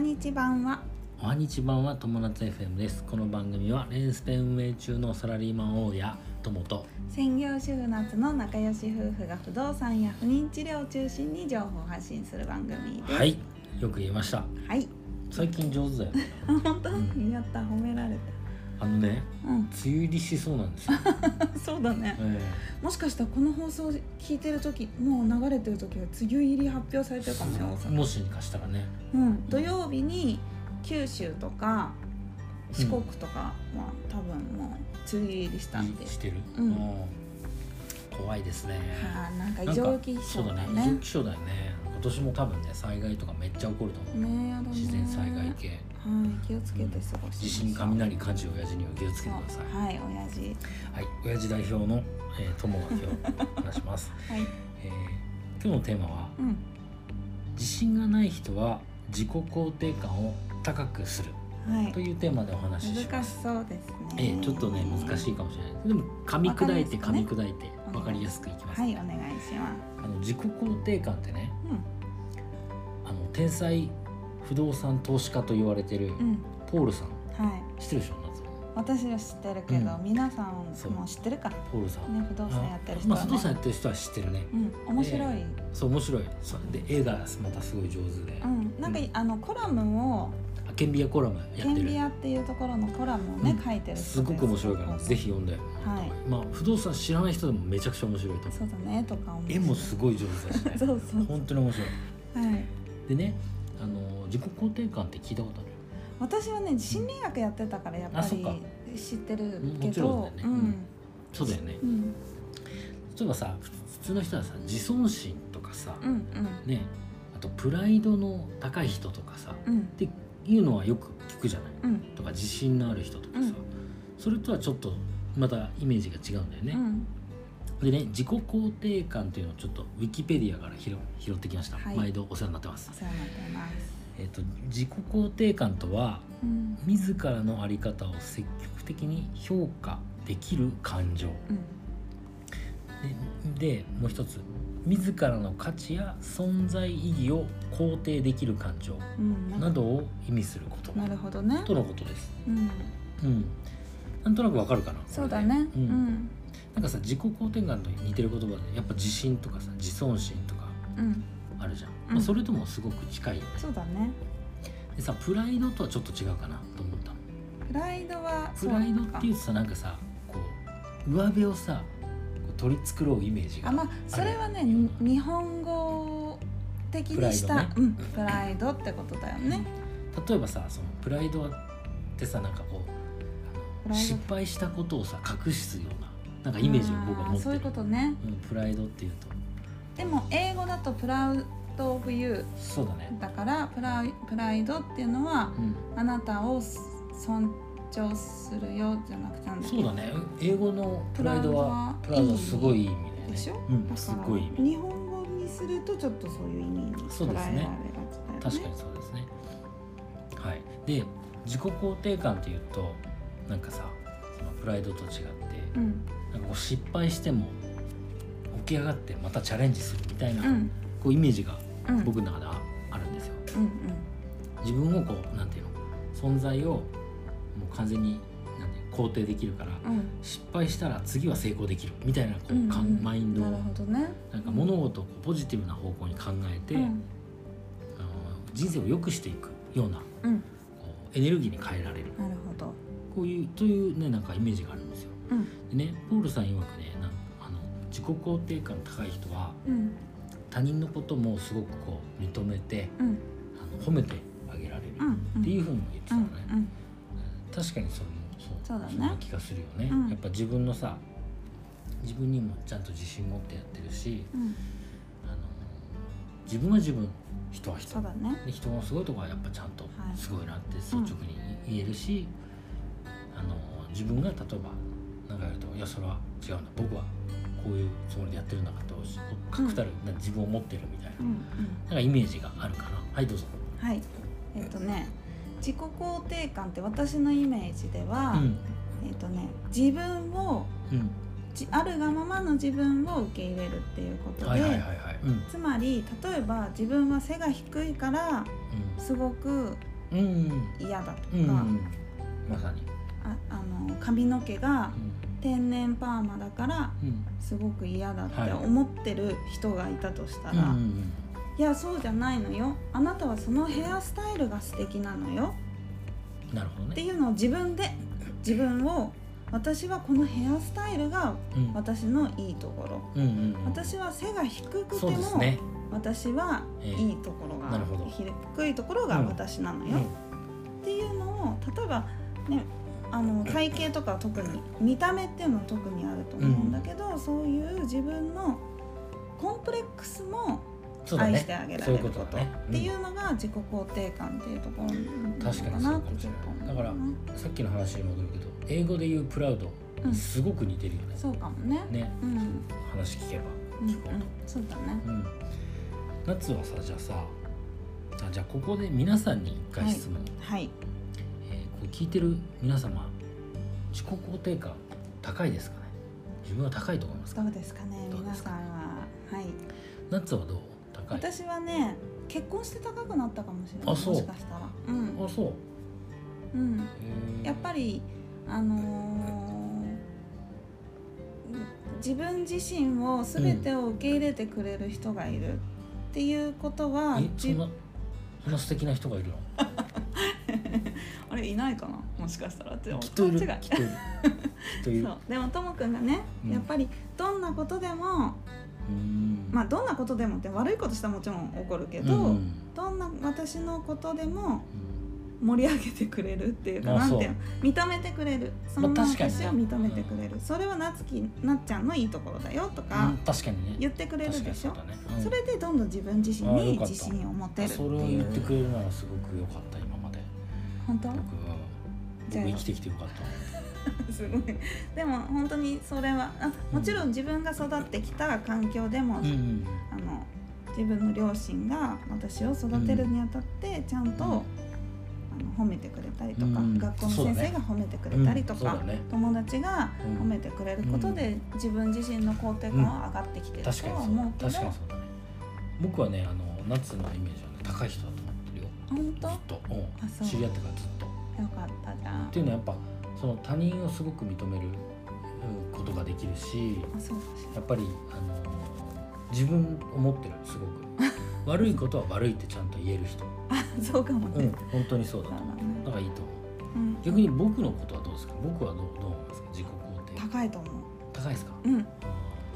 日版はおはにちばんは友達 FM ですこの番組はレンスペ運営中のサラリーマン大家友と専業主婦夏の仲良し夫婦が不動産や不妊治療を中心に情報を発信する番組ですはいよく言えましたはい、最近上手だよ本当やった褒められあのねたうん梅雨入りしそうなんで すよ、そうだねえもしかしたらこの放送聞いてる時もう流れてる時は梅雨入り発表されてるかもよ、えもしかしたらねうん、土曜日に九州とか四国とかは多分もう梅雨入りしたんで、してる、うんもう怖いですねはあなんかな異んか常気象そうだね異常気象だよね今年も多分ね災害とかめっちゃ起こると思う、ねやだね自然災害系はい、気をつけて過ごし地震ましょう雷火事親父には気をつけてくださいはい、親父。はい、親父代表の、えー、友が今日話します、はい。えー今日のテーマはうん。自信がない人は自己肯定感を高くするはいと。いうテーマでお話ししま難しすそうですえね。ーちょっとね難い。しいかもしれないでも噛み砕いてわか噛りやみすく砕いて分かりやすくいきます、はい、お願いします。あの自己肯定感ってねうあの天才不動産投資家と言われてるん。うん。ポールさんはい。知ってるでしょ夏私は知ってるけど、う皆さんそうも知ってるからね、ポールさん、不動産やってる人まあは不ね動。産やってる人は知ってるねうん、面白い。そう面白いそうで絵がまたすごい上手で、うん、なんか、あのコラムをケンビアコラムやケっンてるビアっていうところのコラムをね、うん書いてる人ですごく面白いからぜひ読んで、はいまあ不動産知らない人でもめちゃくちゃ面白いと思うそうだねとか思う絵もすごい上手だし ねそうそう本当に面白いはいでねあの自己肯定感って聞いたことある私はね心理学やってたからやっぱあそっりか知ってるうけんもちろどんだよねそうだよねうんうん例えばさふ普通の人はさ自尊心とかさ、うんねあとプライドの高い人とかさうんうんっていうのはよく聞くじゃないうんとか自信のある人とかさ、うんそれとはちょっとまたイメージが違うんだよね、うんでね自己肯定感というのをちょっとウィキペディアから拾拾ってきました、はい毎度お世話になってまおす、世話になってますえっと自己肯定感とはうん自らの在り方を積極的に評価できる感情うんででもう一つ自らの価値や存在意義を肯定できる感情うんなどを意味する言な葉るほどねとのことですうんうんなんとなくわかるかなそうだねこうれうんんなんかさ自己肯定感と似てる言葉でやっぱ自信とかさ自尊心とかうんあるじゃん、うまんあ、それともすごく近いよね、そうだねでさプライドとはちょっと違うかなと思ったのプライドはプライドっていううとさなんかさこう上辺をさこう取り繕うイメージがあまあそれはねに日本語的にしたプライうんプライドってことだよね例えばさそのプライドってさなんかこプうライド失敗したことをさ隠すようななんかイメージを僕はあ持ーってそういうることねうん、プライドっていうとでも英語だとプラウドオブユそうだねーだからプライプライドっていうのはうんあなたを尊重するよじゃなくてなんだっけそうだね英語のプライドはププラライイドドははすごいいい意味だよねでしょうんだすからごいいい意味日本語にするとちょっとそういう意味にそう捉えられですねがちだよね。確かにそうですね。はい、で自己肯定感っていうとなんかさそのプライドと違ってうんなんかこう失敗しても起き上がってまたチャレンジするみたいな、うんこうイメージがうん僕の中でああるんですよ。うん自分をこうなんていうの存在をもう完全になんていうの肯定できるからうんうん失敗したら次は成功できるみたいなこうんう、かんうんマインドをなるなほどね。んか物事をこうポジティブな方向に考えて、うんあの人生を良くしていくようなうんこうエネルギーに変えられるなるほど。こういうというねなんかイメージがあるんですようんでねポールさん曰くねなんあの自己肯定感高い人はうん他人のこともすごくこう認めてうんあの褒めてあげられるうんうんっていうふうに言ってたうのんね、確かにそういうそうそうだねんな気がするよね、うんやっぱ自分のさ自分にもちゃんと自信持ってやってるしうんうんあの自分は自分人は人そうだね。で人のすごいとこはやっぱちゃんとはいすごいなって率直に言えるし、あの自分が例えば何かやると「いやそれは違うんだ僕はこういうつもりでやってるんだから」って確たる、なんか自分を持ってるみたいな,、うんうんなんかイメージがあるかなはいどうぞ。はい。えっとね自己肯定感って私のイメージでうは、んえっとね自分をうん、じあるがままの自分を受け入れるっていうことで、はいはいはいはい。うんうんつまり例えば自分は背が低いからすごくうん嫌だとか、うんまさにああの髪の毛がう天然パーマだからんうんすごく嫌だっはいて思ってる人がいたとしたうら、んいやそうじゃないのよあなたはそのヘアスタイルが素敵なのよなるほどってねいうのを自分で自分を私はこのヘアスタイルがうん私のいいところうんうんうん私は背が低くてそうも、ですね私はええいいところが、なるほど低いところが私なのうよ、んっていうのを例えばねあの体型とかは特に見た目っていうのは特にあると思うんだけど、そういう自分のコンプレックスもそうだ愛してねあげらそうれいるうここととだねっていうのが自己肯定感っていうところな確のかかにそうなかっもてしちれょっないと思うだからさっきの話に戻るけど英語で言うプラウドうんにすごく似てるよね、そうかもねねうん話聞けばうんう聞こんそうだねうと、うん、夏はさじゃあさあじゃあここで皆さんに一回質問、はいえーこれ聞いてる皆様自己肯定感高いですかね自分は高いと思いますかどうですかねどうで皆すさんかははい夏はどう高いあ私はね結婚して高くなったかもしれないあそうもしかしたらうん、そううん、へーやっぱりあのー自分自身を全てを受け入れてくれる人がいるっていうことは、えそじんなそんな素敵な人がいるのあれいないかなもしかしたらでもきっといる勘違きっといるきっといいるそうでもともくんがね、うんやっぱりどんなことでもうーんまあどんなことでもって悪いことしたらもちろん起こるけど、うんうんどんな私のことでもうん盛り上げてくれるっていうかあなんていうそうの認めてくれるそんな確かにね私を認めてくれる、それはなつきなっちゃんのいいところだよとうかん、確かにね言ってくれるでしょ、確かにそうだね、うんそれでどんどん自分自身あよにかった自信を持てるってそれを言ってくいうれるならすごく良かった今まで本当僕はじゃあ僕生きてきて良かったすごい でも本当にそれはあもちろん自分が育ってきた環境でも、うんうんあの自分の両親が私を育てるにあたってちゃんと、うんあの褒めてくれたりとか、うん学校のそうだ先ね生が褒めてくれたりとうんか、そうだね友達がうん褒めてくれることで、自分自身の肯定感は上がってきてる確かとにはそ思ううけど、確かにそうだね僕はねあの夏のイメージはね高い人だと思ってるよ本当ずっと、あうそん、う知り合ってからずっとよかったじゃっんていうのはやっぱその他人をすごく認めるうんことができるしあそうかしやっぱりあの自分を持ってるすご く悪いことは悪いってちゃんと言える人らそうかもうね、ん本当にそうだそうだと思ねうだからいいと思ううん、逆に僕のことはどうですか僕はどうどう思いますか自己肯定高いと思高いですかううん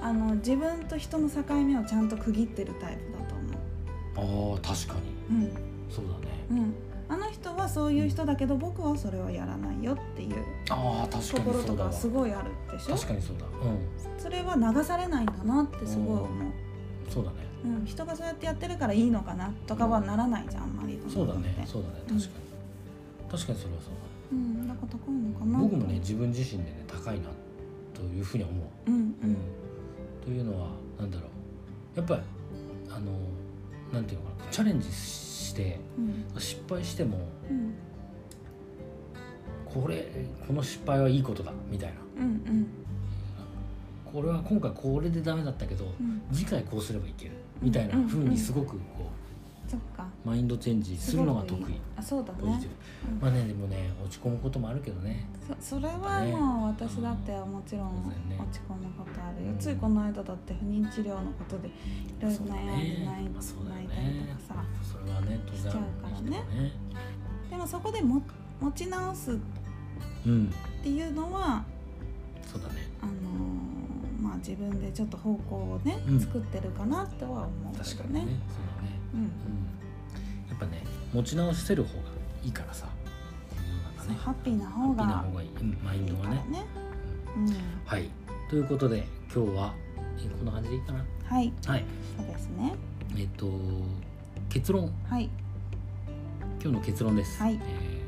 あの自分と人の境目をちゃんと区切ってるタイプだと思うあー確かにうんそうだねうん、あの人はそういう人だけど僕はそれはやらないよっていうああ確とこかろにそとうだかわすごいあるでしょ確かにそうだうんそれは流されないんだなってすごい思う、そうだねうん、人がそうやってやってるからいいのかなとかはならないじゃんあんまりそうだねそうだね確かに確かにそれはそううんだから高いのかだな僕もね自分自身でね高いなというふうに思ううんうんというのはなんだろうやっぱりあのなんていうのかなチャレンジしてうんうん失敗してもうんこれこの失敗はいいことだみたいなうんうんこれは今回これでダメだったけどうん次回こうすればいけるみたいな風にすごくこそっかうマインドチェンジするのがす得ごくい意いあそうだポジねティブうんまあねでもね落ち込むこともあるけどねそそれはもう私だってもちろんそうだよね落ち込むことあるよ、うんついこの間だって不妊治療のことでいろいろそうだ悩んでね泣い,、まあそうだよ泣いねたりとかさそれはね当然しちゃうからねでもそこでも持ち直すっうんていうのはそうだねあのーまあ自分でちょっと方向をね、うん作ってるかなとは思うけ確どかにねね。そうだねうんうんやっぱね持ち直せる方がいいからさ世の中そうねハッピーなハ方ッピーなが方がいいうんマイいンいドかはらねね。うんうん、はいということで今日はえこんな感じでいいかなはい、はいそうですね。えっと結論はい、今日の結論です、はいえー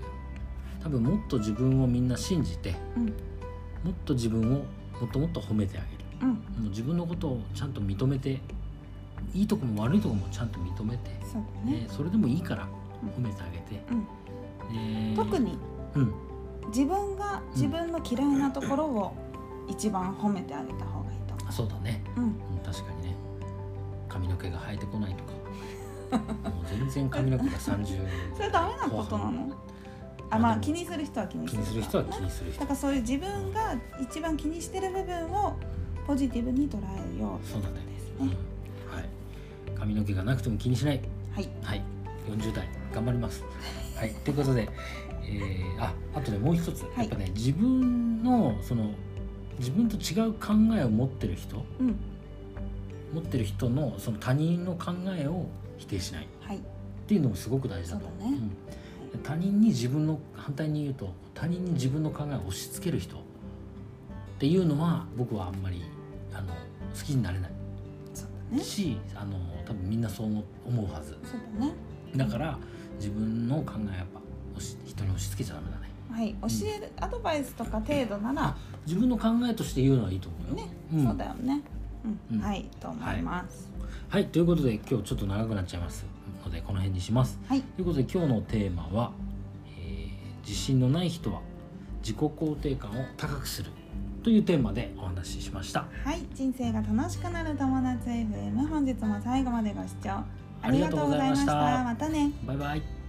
多分もっと自分をみんな信じてうん、もっと自分をもっともっと褒めてあげるうん、もう自分のことをちゃんと認めていいとこも悪いとこもちゃんと認めて、そうだねね。それでもいいから褒めてあげて、うん、えー特にうん自分が自分の嫌いなところを一番褒めてあげた方がいいと思そうだね、う。うん、 うん、確かにね髪の毛が生えてこないとかもう全然髪の毛が30それダメなことなのあまあ気にする人は気にす気にるする人は気にする人だからそういう自分が一番気にしてる部分をポジティブに捉えるようそうだねですうんねはい髪の毛がなくても気にしないはいはい40代頑張 りますはいということで、えーああとねもう一つ、いやっぱね自分のその自分と違う考えを持ってる人うん持ってる人のその他人の考えを否定しないはいっていうのもすごく大事だとそう思だねうん他人に自分の反対に言うと他人に自分の考えを押し付ける人っていうのは僕はあんまりあの好きになれないそうだねしあの多分みんなそう思思うはずそうだねだから自分の考えやっぱ押し人に押し付けちゃダメだねはい教えるアドバイスとか程度なら自分の考えとして言うのはいいと思うよ。ね、ん、そうだよねううんんはいと思いますはいということで今日ちょっと長くなっちゃいますのでこの辺にします。はいということで今日のテーマは、えー自信のない人は自己肯定感を高くするというテーマでお話ししました。はい人生が楽しくなる友達 FM 本日も最後までご視聴ありがとうございましたありがとうございましたまたねバイバイ。